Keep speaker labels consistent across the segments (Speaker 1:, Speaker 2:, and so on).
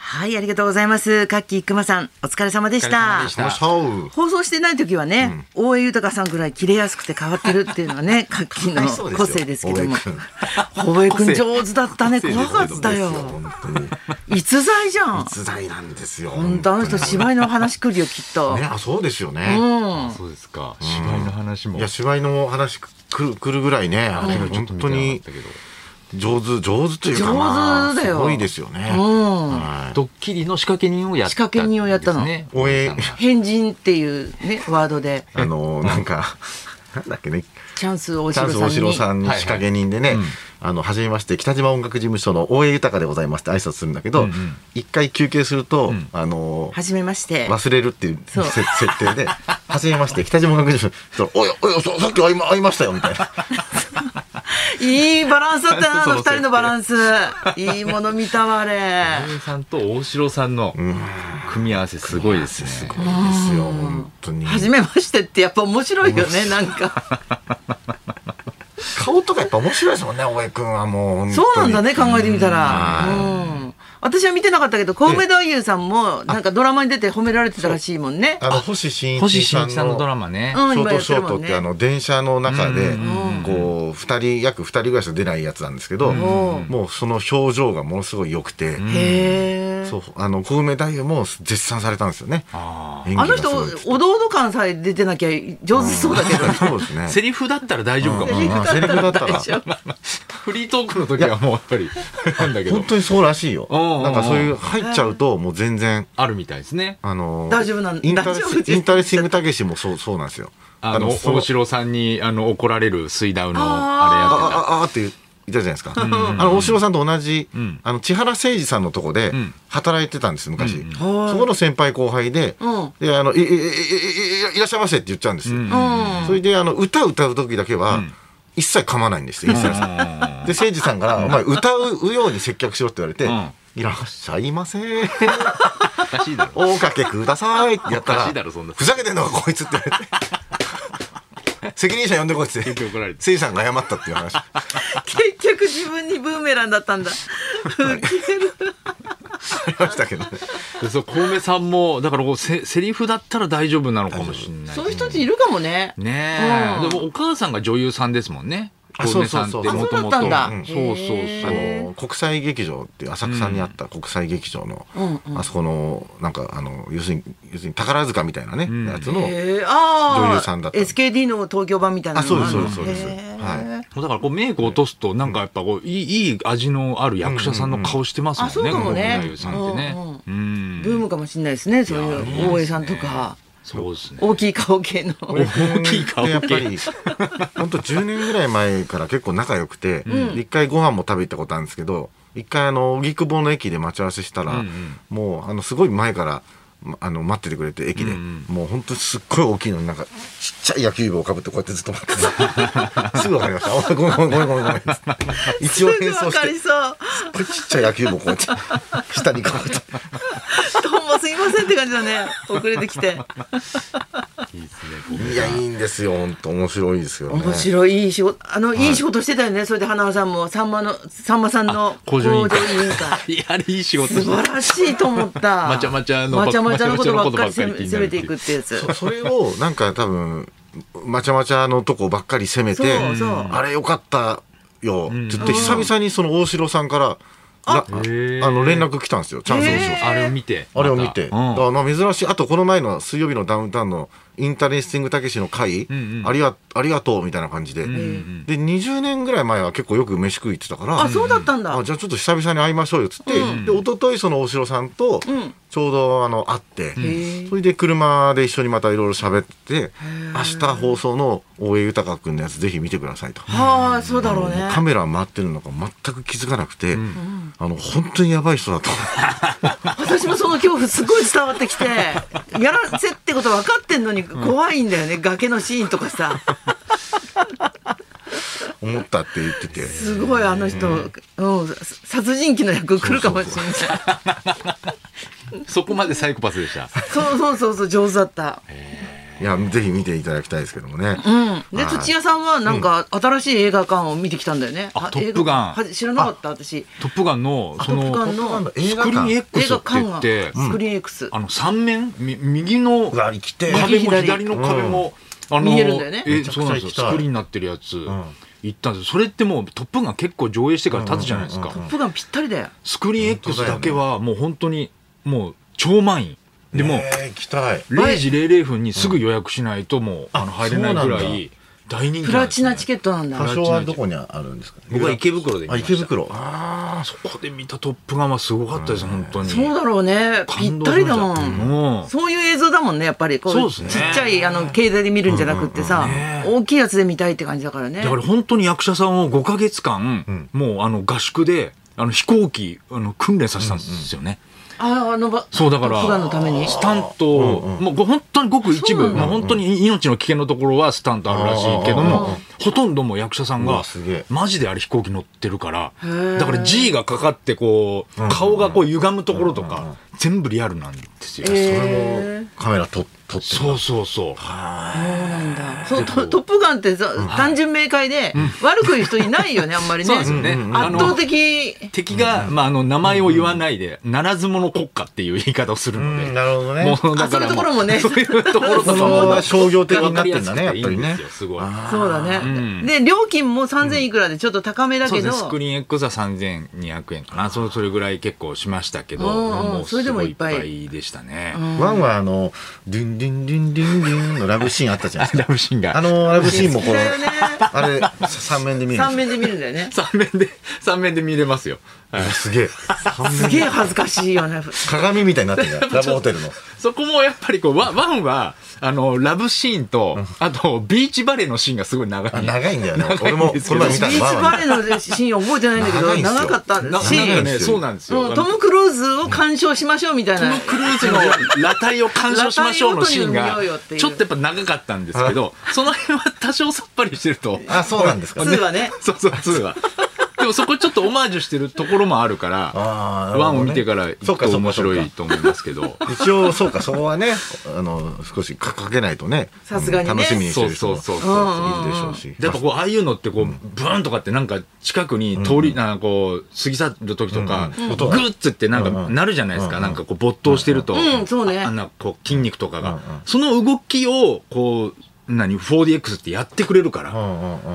Speaker 1: はい、ありがとうございます。カッキーくまさん、お疲れ様でし
Speaker 2: お疲れ様
Speaker 1: た
Speaker 2: でし。た
Speaker 3: 楽しそう。
Speaker 1: 放送してない時はね、大江豊さんぐらい切れやすくて変わってるっていうのはね、カッキー
Speaker 3: かわいそう
Speaker 1: の
Speaker 3: ですよ
Speaker 1: 個性ですけども
Speaker 3: 大江君。
Speaker 1: 大江くん
Speaker 2: 個性
Speaker 1: 上手だったね。
Speaker 2: 個性
Speaker 1: 怖
Speaker 2: です
Speaker 1: かったよ。
Speaker 3: 本当に。
Speaker 1: 逸材じゃん。
Speaker 3: 逸材なんです よ。
Speaker 1: 本当あの人芝居の話来るよ、きっと。
Speaker 3: ね、あ、そうですよね。
Speaker 1: うん。
Speaker 2: そうですか。芝居の話も。
Speaker 3: いや、芝居の話くるくるぐらいね、あれが
Speaker 2: ちょっと見て
Speaker 3: 本当
Speaker 2: なか
Speaker 3: に
Speaker 2: ったけど。
Speaker 3: 上手、上手というか、まあ
Speaker 1: 上手だよ
Speaker 3: すごいですよね。
Speaker 1: うん
Speaker 3: はい
Speaker 2: ドッキリの仕掛け人をやった。
Speaker 1: 仕掛け人をやったの
Speaker 2: ですね
Speaker 3: おえ
Speaker 1: 変人っていうね、ワードで、
Speaker 3: あの、なんか、なんだっけね。
Speaker 1: チャンス大
Speaker 3: チャンス
Speaker 1: 城
Speaker 3: 大城
Speaker 1: さ
Speaker 3: さ
Speaker 1: んに。
Speaker 3: んに仕掛け人でね、あの、初めまして、北島音楽事務所の大江豊でございますって挨拶するんだけ
Speaker 2: う
Speaker 3: ど
Speaker 2: んうん、
Speaker 3: 一回休憩すると
Speaker 2: ん、
Speaker 3: あの、
Speaker 1: はじめまして。
Speaker 3: 忘れるっていう
Speaker 1: そう
Speaker 3: せ設定で、はじめまして、北島音楽事務所、そしたらおいおい、ささっき会いま会いましたよ、みたいな。
Speaker 1: いいバランスだったな、あの二
Speaker 2: そう
Speaker 1: 人のバランス。いいもの見たわ、あれ。
Speaker 2: おえさんと大城さんの組み合わせすごいですね。
Speaker 3: いいですよ、本当に。
Speaker 1: はじめましてってやっぱ面白いよね、なんか。
Speaker 3: 顔とかやっぱ面白いですもんね、大江君はもう。
Speaker 1: そうなんだね、考
Speaker 3: え。
Speaker 1: えてみたら。
Speaker 3: う
Speaker 1: うん。私は見てなかったけど、神戸太夫さんも、なんかドラマに出て褒められてたらしいもんね。
Speaker 3: あの、星新
Speaker 2: 星
Speaker 3: 一
Speaker 2: 新
Speaker 3: さんの。
Speaker 2: 一さんのドラマね。
Speaker 1: うん
Speaker 3: ショ
Speaker 1: 今
Speaker 3: ー
Speaker 1: や
Speaker 3: ト
Speaker 1: っ
Speaker 3: シ
Speaker 1: て
Speaker 3: ョ
Speaker 1: る
Speaker 3: ー
Speaker 1: も
Speaker 3: ト
Speaker 1: ん
Speaker 3: っ
Speaker 1: ね
Speaker 3: てあの電車の中で
Speaker 2: うん
Speaker 3: こう2人約2人ぐらいしか出ないやつなんですけど
Speaker 1: ん
Speaker 3: もうその表情がものすごい良くて
Speaker 1: へえ
Speaker 3: そ。うあの小梅太夫も絶賛されたんですよね
Speaker 2: あ
Speaker 3: 演
Speaker 1: あ
Speaker 3: 技
Speaker 1: の
Speaker 3: が
Speaker 1: 人
Speaker 3: すごいっつっ、て
Speaker 1: おどおど感さえ出てなきゃ上手そうだけど。
Speaker 3: うんそうですね
Speaker 2: あ。セリフだったら大丈夫か
Speaker 1: セ
Speaker 2: も。
Speaker 1: リフだったら
Speaker 3: うん
Speaker 1: 大丈夫。
Speaker 2: フリートークの時はもうやっぱり、なんだけど
Speaker 3: 本。当にそうらしいよ
Speaker 2: うんうんうん
Speaker 3: なんかそういう入っちゃうともう全然
Speaker 2: あるみたいですね。
Speaker 3: あの
Speaker 1: 大丈夫なん
Speaker 3: インタレ
Speaker 1: 大丈夫です
Speaker 3: インタレスティングたけしもそうそうなんですよ
Speaker 2: あの、
Speaker 3: そう
Speaker 2: 大城さんに、あの、怒られる水ダウの、あれやってた。
Speaker 3: ああああって言ったじゃないですか。あの大城さんと同じ、
Speaker 2: ん
Speaker 3: あの千原誠二さんのとこで
Speaker 2: ん
Speaker 3: 働いてたんです昔、
Speaker 2: うん
Speaker 1: はい
Speaker 3: そこの先輩後輩で、
Speaker 1: うん
Speaker 3: であのいいいいいいいらっしゃいませって言っちゃうんですよ。
Speaker 2: うん
Speaker 1: うん
Speaker 3: それであの歌歌う時だけは、
Speaker 2: ん
Speaker 3: 一切噛まないんですよ。一切で
Speaker 2: あ
Speaker 3: 誠二さんから「お前歌うように接客しろ」って言われて「
Speaker 2: うん
Speaker 3: いらっしゃいませ」
Speaker 2: ーおかしいだろ。
Speaker 3: おかけくださいってやった
Speaker 2: お
Speaker 3: ら、
Speaker 2: かしいだろそんな
Speaker 3: ふざけてんのかこいつって言われて。責任者呼んでこいっつって。
Speaker 2: 結局怒られて
Speaker 3: せいさんが謝ったってい う話。
Speaker 1: 結局自分にブーメランだったんだ。
Speaker 3: ありましたけどね。
Speaker 2: でそう、小梅さんも、だからこう、せセリフだったら大丈夫なのかもしれな い。
Speaker 1: そういう人たちいるかもね。
Speaker 2: ねえ、
Speaker 1: うん
Speaker 2: でもお母さんが女優さんですもんね。
Speaker 3: あ
Speaker 2: 小梅さんって
Speaker 3: そう
Speaker 2: も
Speaker 3: そうそう
Speaker 2: ともと。
Speaker 1: あそ
Speaker 2: そ
Speaker 1: う
Speaker 2: う
Speaker 1: だったんだ
Speaker 2: そう
Speaker 1: へ
Speaker 2: そう。
Speaker 3: あの、国際劇場っていう浅草にあった国際劇場の、
Speaker 1: うんうん
Speaker 3: あそこの、なんか、あの、要するに、要するに宝塚みたいなね、
Speaker 2: ん
Speaker 3: やつの、
Speaker 1: へえ、ああ。
Speaker 3: 女優さんだったの
Speaker 1: SKD の東京版みたいな
Speaker 3: あ、
Speaker 1: の
Speaker 3: そう
Speaker 1: が
Speaker 3: です、
Speaker 1: あ
Speaker 3: そ
Speaker 1: る
Speaker 3: う
Speaker 1: の
Speaker 3: です、そうです。
Speaker 1: へ
Speaker 3: はい。
Speaker 2: だからこうメイク落とすとなんかやっぱこういいいい味のある役者さんの顔してますもんね、
Speaker 1: うんうんうんあそうかもね
Speaker 2: この女優さんってね。うん
Speaker 1: えブームかもしれないですね、そう
Speaker 2: いや
Speaker 1: い
Speaker 2: ー
Speaker 1: う大江さんとか、
Speaker 2: そうです ね。
Speaker 1: 大きい顔系の。
Speaker 2: 大きい顔
Speaker 3: でやっぱり、 本当10年ぐらい前から結構仲良くて、一回ご飯も食べ行ったことあるんですけど、一回あの、荻窪の駅で待ち合わせしたら、
Speaker 2: うんうん
Speaker 3: もう、あの、すごい前から、まあの待っててくれて駅で、
Speaker 2: うん
Speaker 3: もう本当すっごい大きいのになんかちっちゃい野球部をかぶってこうやってずっと待っててすぐ分かりましたあ「 ごめんごめんごめんごめんごめん」一
Speaker 1: す
Speaker 3: 応
Speaker 1: ぐ
Speaker 3: 変装
Speaker 1: わ
Speaker 3: し
Speaker 1: か
Speaker 3: て
Speaker 1: りそう。
Speaker 3: これちっちゃい野球部をこうやって下にかぶって
Speaker 1: どうもすいませんって感じだね。遅れてき て。
Speaker 2: いいですねこう
Speaker 3: いや、いいんですよ。本当面白いですよ、ね。
Speaker 1: 面白い、いい仕事、あの、いい仕事してたよね。それで花輪さんも、さんまの、さんまさんの
Speaker 2: 工場委員会
Speaker 1: 工場委員会。。
Speaker 2: いやあれいい仕事
Speaker 1: 素
Speaker 2: してる
Speaker 1: 晴らしいと思った。
Speaker 2: まちゃまちゃの
Speaker 1: まちゃまちゃのことばっかり攻
Speaker 2: まちゃまちゃのことばっかり気
Speaker 1: め
Speaker 2: にな
Speaker 1: 攻
Speaker 2: る
Speaker 1: め
Speaker 2: って
Speaker 1: て
Speaker 2: いう
Speaker 1: いくってやつ。
Speaker 3: そそれを、なんか多分、まちゃまちゃのとこばっかり攻めて
Speaker 1: そうそう、
Speaker 3: あれよかったよ、って言って、久々にその大城さんから、なあ
Speaker 2: へー
Speaker 3: の、連絡来たんですよ。チャンス大城さん。
Speaker 2: あれを見て。
Speaker 3: あれを見て、
Speaker 2: またうん
Speaker 3: だからまあ珍しい、あとこの前の水曜日のダウンタウンのインタレスティングたけしの会、
Speaker 2: んうん
Speaker 3: ありがありがとうみたいな感じで、
Speaker 2: ん
Speaker 3: で20年ぐらい前は結構よく飯食い行ってたから、
Speaker 1: あ、そうだったんだ。
Speaker 3: あじゃあちょっと久々に会いましょうよっつって、で一昨日その大城さんと
Speaker 1: ん
Speaker 3: ちょうどあの会って、
Speaker 1: ー
Speaker 3: それで車で一緒にまたいろいろ喋って明日放送の大江豊君のやつぜひ見てくださいと。
Speaker 1: はあ、そうだろうね。
Speaker 3: カメラ回ってるのか全く気づかなくて、あの本当にやばい人だと
Speaker 1: 私もその恐怖すごい伝わってきてやらせってこと分かってんのに怖いんだよね、崖のシーンとかさ
Speaker 3: 思ったって言ってて。
Speaker 1: すごいあの人、うん、殺人鬼の役来るかもしれない
Speaker 2: そこまでサイコパスでした。
Speaker 1: そうそうそうそう上手だった
Speaker 3: いやぜひ見ていただきたいですけどもね、
Speaker 1: うん、で
Speaker 3: はい
Speaker 1: 土屋さんはなんか新しい映画館を見てきたんだよね。
Speaker 2: あ
Speaker 1: あ
Speaker 2: トップガン
Speaker 1: 映画は知らなかった私。
Speaker 2: トップガンの
Speaker 1: あ
Speaker 2: その
Speaker 1: トップガン
Speaker 3: トップガンの
Speaker 2: ス
Speaker 3: 映
Speaker 2: ク
Speaker 3: 画
Speaker 2: リーン
Speaker 3: 館
Speaker 2: X
Speaker 1: 映
Speaker 2: っ
Speaker 1: 画
Speaker 2: て言
Speaker 1: 館
Speaker 2: っ
Speaker 1: が
Speaker 2: て、
Speaker 1: スクリーン X。
Speaker 2: あの3面み右の
Speaker 3: うわ生きてえ
Speaker 2: 壁も
Speaker 1: 右左
Speaker 2: 左の壁も、あの
Speaker 1: 見えるんだよね
Speaker 2: え
Speaker 3: めちゃくち
Speaker 2: そ
Speaker 3: ゃ
Speaker 2: うなん
Speaker 3: 行き
Speaker 2: です
Speaker 3: た
Speaker 2: よ
Speaker 3: い
Speaker 2: スクリーンになってるやつ、
Speaker 3: ん
Speaker 2: 行ったんですよそれってもう「トップガン」結構上映してから経つじゃないですか、
Speaker 3: うんうん
Speaker 1: トップガンぴったりだよ。
Speaker 2: スクリーン X だけはもう本当にもう超満員でもう
Speaker 3: ねえ行きたい
Speaker 2: 0時00分にすぐ予約しないともうあの入れないぐらい大人気
Speaker 1: プ
Speaker 2: なん
Speaker 1: ラ
Speaker 2: です
Speaker 1: チ
Speaker 2: ね
Speaker 1: ナチケットなんだ。
Speaker 3: 場所はどこにあるんですか、ね、
Speaker 4: 僕は池袋で見
Speaker 3: あ
Speaker 4: ました
Speaker 3: 池袋
Speaker 2: ああそこで見た「トップガン」はすごかったです本当に
Speaker 1: そうだろうね。ぴ
Speaker 2: 感
Speaker 1: っ
Speaker 2: 動
Speaker 1: た
Speaker 2: し
Speaker 1: り
Speaker 2: ま
Speaker 1: だ
Speaker 2: した
Speaker 1: も
Speaker 2: うん
Speaker 1: ん。そういう映像だもんねやっぱりこう
Speaker 2: そうですね
Speaker 1: ちっちゃいあの携帯で見るんじゃなくってさ、大きいやつで見たいって感じだからね。
Speaker 2: だから本当に役者さんを5か月間、もうあの合宿であの飛行機あの訓練させたんですよね、
Speaker 1: ああのば
Speaker 2: そうだから
Speaker 1: トップガンのために。
Speaker 2: スタントを、もうご本当にごく一
Speaker 1: そう
Speaker 2: 部
Speaker 1: なんだ
Speaker 2: まあ、本当に命の危険のところはスタントあるらしいけど
Speaker 3: うんうんうん
Speaker 2: もほとんどもう役者さん
Speaker 3: う
Speaker 2: が
Speaker 3: わすげえ
Speaker 2: マジであれ飛行機乗ってるから
Speaker 1: ー
Speaker 2: だから G がかかってこう顔がこう歪むところとか全部リアルなんですよ。
Speaker 1: えー
Speaker 3: カメラと撮って
Speaker 2: そうそうそ
Speaker 1: そ
Speaker 2: う
Speaker 1: うなんだ。そうトトップガンってさ単純明快で悪く言う人いないよねあんまりね。
Speaker 2: そうですよねあ
Speaker 1: 圧
Speaker 2: の
Speaker 1: 倒的。
Speaker 2: 敵が、まあ、あの名前を言わないで、ならず者国家っていう言い方をするので、
Speaker 3: うんなるほどね
Speaker 2: もうだ
Speaker 1: あそ
Speaker 2: から
Speaker 1: ういうところもね
Speaker 2: そういうところと
Speaker 3: そ
Speaker 2: か
Speaker 3: の
Speaker 2: も
Speaker 3: 商業的になってんだねやっぱり
Speaker 2: わかやすくていいんで
Speaker 3: ね
Speaker 2: すよすごい
Speaker 1: そうだね、
Speaker 2: ん
Speaker 1: で料金も3000いくらでちょっと高めだ
Speaker 2: そう
Speaker 1: け
Speaker 2: です
Speaker 1: ど、
Speaker 2: ねスクリーン X は3200円かなそそれぐらい結構しましたけど
Speaker 1: うんうん
Speaker 2: もう
Speaker 1: それですも
Speaker 2: ご
Speaker 1: い
Speaker 2: い
Speaker 1: っ
Speaker 2: いっ
Speaker 1: ぱ
Speaker 2: ぱ
Speaker 1: い
Speaker 2: いでしたね、
Speaker 3: ワンはあのディンディンディンディンディンのラブシーンあったじゃないです
Speaker 2: ラ
Speaker 3: か
Speaker 2: ブシーンが
Speaker 3: あのラブシーンもこう
Speaker 1: だよね
Speaker 3: あれ三面で見るん
Speaker 1: 3
Speaker 3: で
Speaker 1: 面で見るんだよね
Speaker 2: 3面で三面で見れますよ、はい
Speaker 3: すすげえ
Speaker 1: すげえ恥ずかしいよね
Speaker 3: 鏡みたいになってるラブホテルの
Speaker 2: そこもやっぱりこうワンワンはあのラブシーンとあとビーチバレーのシーンがすごい長
Speaker 3: あ
Speaker 2: い
Speaker 3: 長いんだよね
Speaker 2: 長
Speaker 3: 俺
Speaker 2: い
Speaker 3: も
Speaker 2: ん
Speaker 3: こ
Speaker 2: ですけ
Speaker 3: れ
Speaker 2: ど
Speaker 3: 前見
Speaker 1: ビ
Speaker 3: た
Speaker 1: ーチ
Speaker 3: のワン
Speaker 1: バレーのシーン覚えてないんだけど
Speaker 3: 長いんすよ
Speaker 1: 長かった
Speaker 2: な
Speaker 1: し
Speaker 2: なんかね
Speaker 3: シーン
Speaker 2: そうなんですよ、
Speaker 1: うんトム・クルーズを鑑賞しましょうみたい
Speaker 2: ト
Speaker 1: な
Speaker 2: ム・クルーズの裸体を鑑賞しましょうのシーン
Speaker 1: 裸体を
Speaker 2: が
Speaker 1: 見ようよっていう
Speaker 2: ちょっとやっぱ長かったんですけどその辺は多少さっぱりしてると
Speaker 3: あそうなんですか
Speaker 1: 2はね
Speaker 2: そうそう2はでもそこちょっとオマージュしてるところもあるから
Speaker 3: あーなるほどね
Speaker 2: ワンを見てから行
Speaker 3: そう
Speaker 2: く
Speaker 3: か
Speaker 2: と
Speaker 3: そうか
Speaker 2: 面
Speaker 3: そうか
Speaker 2: 白いと思いますけど
Speaker 3: 一応そうかそこはねあの少しかかけないとね
Speaker 1: さすがにね
Speaker 3: 楽しみにして
Speaker 2: そう
Speaker 3: る人
Speaker 2: そ
Speaker 3: も
Speaker 1: う
Speaker 2: うそうそ
Speaker 1: ん
Speaker 2: う
Speaker 3: いるでしょうし
Speaker 2: やっぱこうああいうのってこうブーンとかってなんか近くに通りなんかこう過ぎ去る時とか
Speaker 3: うんうん
Speaker 2: グ
Speaker 3: 音が
Speaker 2: ッつってなん
Speaker 3: うん
Speaker 2: か
Speaker 3: うん
Speaker 2: なるじゃないです
Speaker 3: う
Speaker 2: か
Speaker 3: んう
Speaker 2: なんんかこう没頭してると
Speaker 1: うんそうね
Speaker 2: ああんなこう筋肉とか
Speaker 3: うんう
Speaker 2: が
Speaker 3: ん
Speaker 2: その動きをこう何 4DX ってやってくれるか
Speaker 3: う
Speaker 2: ら
Speaker 3: んうん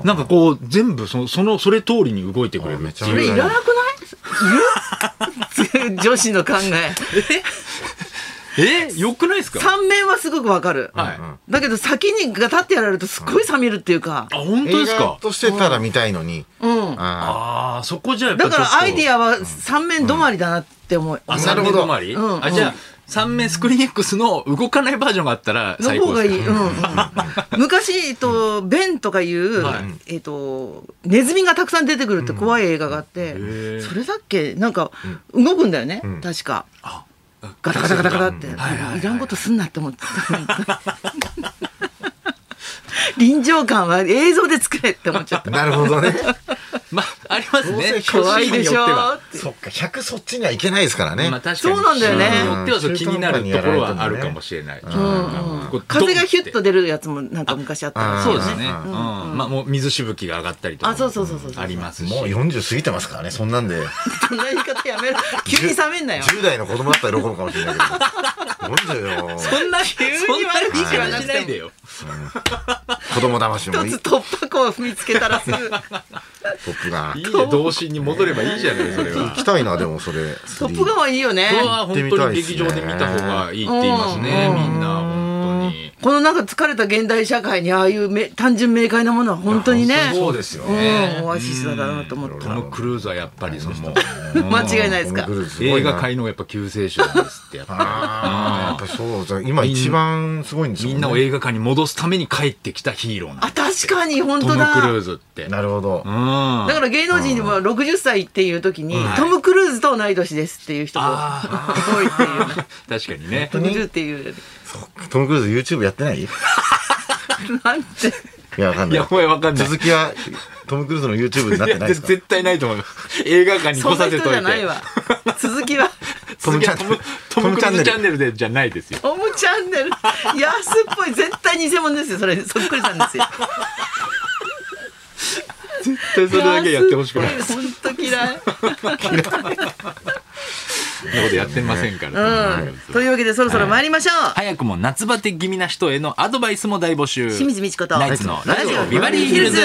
Speaker 3: うん
Speaker 2: なんかこう全部そのそのそれ通りに動いてくれるって
Speaker 1: これ
Speaker 2: い
Speaker 1: いうらなくないいる 女子の考え
Speaker 2: えよくないですか
Speaker 1: 3面はすごくわかる、
Speaker 2: はい
Speaker 1: だけど先にが立ってやられるとすっごい冷めるっていうか
Speaker 2: あ、本当
Speaker 3: 映
Speaker 2: です
Speaker 3: 画
Speaker 2: か
Speaker 3: としてたら見たいのに
Speaker 1: うん、
Speaker 3: あ
Speaker 2: ああそこじゃやっぱ
Speaker 1: だからアイディ
Speaker 2: ア
Speaker 1: アは3面止まりだなって思う、
Speaker 2: あ
Speaker 3: な
Speaker 2: 3
Speaker 3: るほ
Speaker 2: 面
Speaker 3: ど
Speaker 2: 止まり
Speaker 1: うん
Speaker 2: あじゃあ3面スクリーン X の動かないバージョンがあったら
Speaker 1: の
Speaker 2: 最
Speaker 1: 方
Speaker 2: 高
Speaker 1: が
Speaker 2: で
Speaker 1: い
Speaker 2: す
Speaker 1: い。うんうん、昔、えっと、ベンとかいう、
Speaker 2: はい
Speaker 1: えっと、ネズミがたくさん出てくるって怖い映画があって、
Speaker 2: ー
Speaker 1: それだっけ、なんか、動くんだよね、
Speaker 3: ん
Speaker 1: 確か。
Speaker 2: あ
Speaker 1: ガタガタガタガタって、
Speaker 2: うんはいはいはい
Speaker 1: いらんことすんなって思 ってた。臨場感は映像で作れって思っちゃっ
Speaker 3: あ
Speaker 1: た。
Speaker 3: なるほど ね
Speaker 2: まああります
Speaker 3: どうせ
Speaker 2: ね
Speaker 1: 怖いでしょ
Speaker 2: 人によっ
Speaker 1: って
Speaker 3: そっか100そっちにはいけないですから
Speaker 2: て
Speaker 3: ね
Speaker 2: はまあ確かに
Speaker 1: そうなんだよね
Speaker 2: 人によってはそう気になるところはあるかもしれない
Speaker 1: うん
Speaker 2: こ
Speaker 1: う、
Speaker 2: うん
Speaker 1: 風がヒュッと
Speaker 2: ドンっ
Speaker 1: 出るやつもなんか昔あったら
Speaker 3: あ
Speaker 2: て
Speaker 3: ー
Speaker 2: そうですね
Speaker 3: う
Speaker 2: うんんまあもう水しぶきが上がったりとか
Speaker 1: あそうそうそうそうそう
Speaker 2: ありますし
Speaker 3: もう40過ぎてますからねそんなんで
Speaker 1: そんな言い方やめろ 急に冷めんなよ
Speaker 3: 10代の子供だったら喜ぶかもしれない けど40よ
Speaker 2: そんな急
Speaker 1: に悪口はなくても
Speaker 2: しないでよ
Speaker 3: 子供騙しも
Speaker 1: 一
Speaker 3: いい
Speaker 1: つ
Speaker 3: ト
Speaker 1: 突破口を踏みつけたらすぐ
Speaker 3: ップガン
Speaker 2: いいね童心に戻ればいいじゃないそれは
Speaker 3: 行きたいなでもそれ
Speaker 1: トップガンはいいよね
Speaker 2: これは本当に劇場で見た方がいいって言いますね、
Speaker 1: うん
Speaker 2: みんな本当に。
Speaker 1: このなんか疲れた現代社会にああいうめ単純明快なものは本当にね
Speaker 2: そうですよ
Speaker 1: う
Speaker 2: ね
Speaker 1: ん。オアシスだなと思っ
Speaker 2: ト
Speaker 1: た
Speaker 2: ム・クルーズはやっぱりそのもう
Speaker 1: 間違いないですか
Speaker 3: トムクルーズすごい
Speaker 2: 映
Speaker 3: な
Speaker 2: 画界のやっぱ救世主なんですってやっぱ
Speaker 3: ああやっぱそうじゃ今一番すごいんです
Speaker 2: り。
Speaker 3: よ
Speaker 2: み
Speaker 3: ね
Speaker 2: んなを映画界に戻すために帰ってきたヒーローなん
Speaker 1: あ
Speaker 2: で
Speaker 1: 確かに本
Speaker 2: ト
Speaker 1: 当
Speaker 2: ム・
Speaker 1: だ
Speaker 2: クルーズって。うん。
Speaker 3: なるほど
Speaker 1: だから芸能人でも60歳っていう時に
Speaker 2: ん
Speaker 1: トム・クルーズと同い年ですっていう人が
Speaker 2: あ
Speaker 1: 多いっていうね
Speaker 2: あ、 確かにね。
Speaker 1: 60っていう
Speaker 3: トム・クルーズ YouTube やってないい
Speaker 1: なんて
Speaker 3: やわか
Speaker 2: い
Speaker 3: んない
Speaker 2: や、お前わかんない。
Speaker 3: 続きはトム・クルーズ の YouTube にな
Speaker 2: い
Speaker 3: って
Speaker 2: や
Speaker 3: ないですか
Speaker 2: 絶対ないと思います。映画館に
Speaker 1: そ
Speaker 2: 来
Speaker 1: んな
Speaker 2: させ
Speaker 1: 人
Speaker 2: と
Speaker 1: じゃ
Speaker 2: い
Speaker 1: ない
Speaker 2: て
Speaker 1: わ。続きは
Speaker 3: トムチャンネル
Speaker 2: トム・クルーズチャン
Speaker 3: ル
Speaker 2: ネルでじゃないですよ。
Speaker 1: トムチャンネル安っぽい絶対偽物ですよそれそっくりなんですよ
Speaker 5: 絶対それだけやってほしくない
Speaker 1: 安っぽい本当嫌 い
Speaker 2: そんなことやってませんから。
Speaker 1: うんというわけでそろそろ参りましょう、
Speaker 2: 早くも夏バテ気味な人へのアドバイスも大募集。
Speaker 1: 清水美智子と
Speaker 2: ナイツのラジオビバリーヒルズ。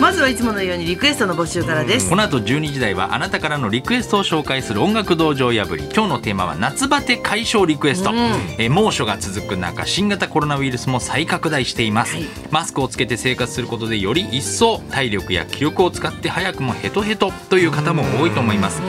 Speaker 1: まずはいつものようにリクエストの募集からです、
Speaker 2: この後12時台はあなたからのリクエストを紹介する音楽道場破り今日のテーマは夏バテ解消リクエスト、えー猛暑が続く中新型コロナウイルスも再拡大しています、
Speaker 1: はい
Speaker 2: マスクをつけて生活することでより一層体力や気力を使って早くもヘトヘトという方も多いと思います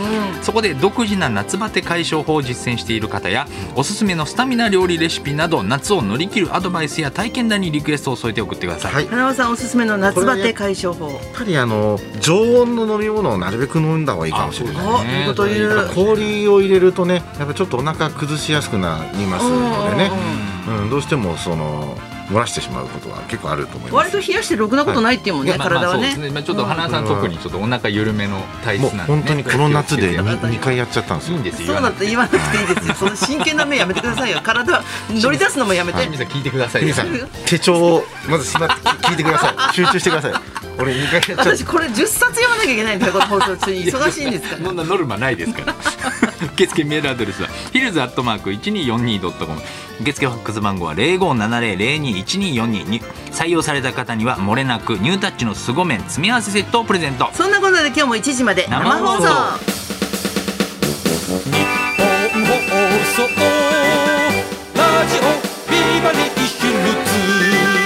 Speaker 2: そこで独自な夏バテ解消法を実践している方やおすすめのスタミナ料理レシピなど夏を乗り切るアドバイスや体験談にリクエストを添えて送ってください、
Speaker 3: はい
Speaker 1: 花輪さんおすすめの夏バテ解消法
Speaker 3: やっぱりあの常温の飲み物をなるべく飲んだ方がいいかもしれない
Speaker 1: おいいこと言う
Speaker 3: 氷を入れるとねやっぱちょっとお腹崩しやすくなりますのでね
Speaker 1: うんうんうん
Speaker 3: うん、どうしてもその漏らしてしまうことは結構あると思います
Speaker 1: 割と冷やしてろくなことないっていうもんね、
Speaker 2: まあ
Speaker 1: 体は
Speaker 2: まあそうで
Speaker 1: ね
Speaker 2: すまあ、ちょっと花輪さん、
Speaker 3: うん
Speaker 2: 特にちょっとお腹緩めの体質
Speaker 3: もう
Speaker 2: なんで、ね、
Speaker 3: 本当にこの夏で
Speaker 2: 気をつけて
Speaker 3: 2回やっちゃったんです
Speaker 2: いい
Speaker 3: よ
Speaker 2: んですよ
Speaker 1: そうだって言わなくていいですよその真剣な目やめてくださいよ体 は乗り出すのもやめて、
Speaker 2: 清水さん聞いてください
Speaker 3: 皆
Speaker 2: よ
Speaker 3: さん手帳をまずしまって聞いてください集中してください俺2回やっちゃっ
Speaker 1: 私これ10冊読まなきゃいけないんだよこの放送中に 忙しいんですから
Speaker 2: そんなノルマないですから 受付メールアドレスはヒルズアットマーク 1242.com 受付ファックス番号は0570021242に採用された方にはもれなくニュータッチの凄麺詰め合わせセットをプレゼント
Speaker 1: そんなことで今日も1時まで生放送
Speaker 2: 生放
Speaker 6: ラジオビバリーヒルズ」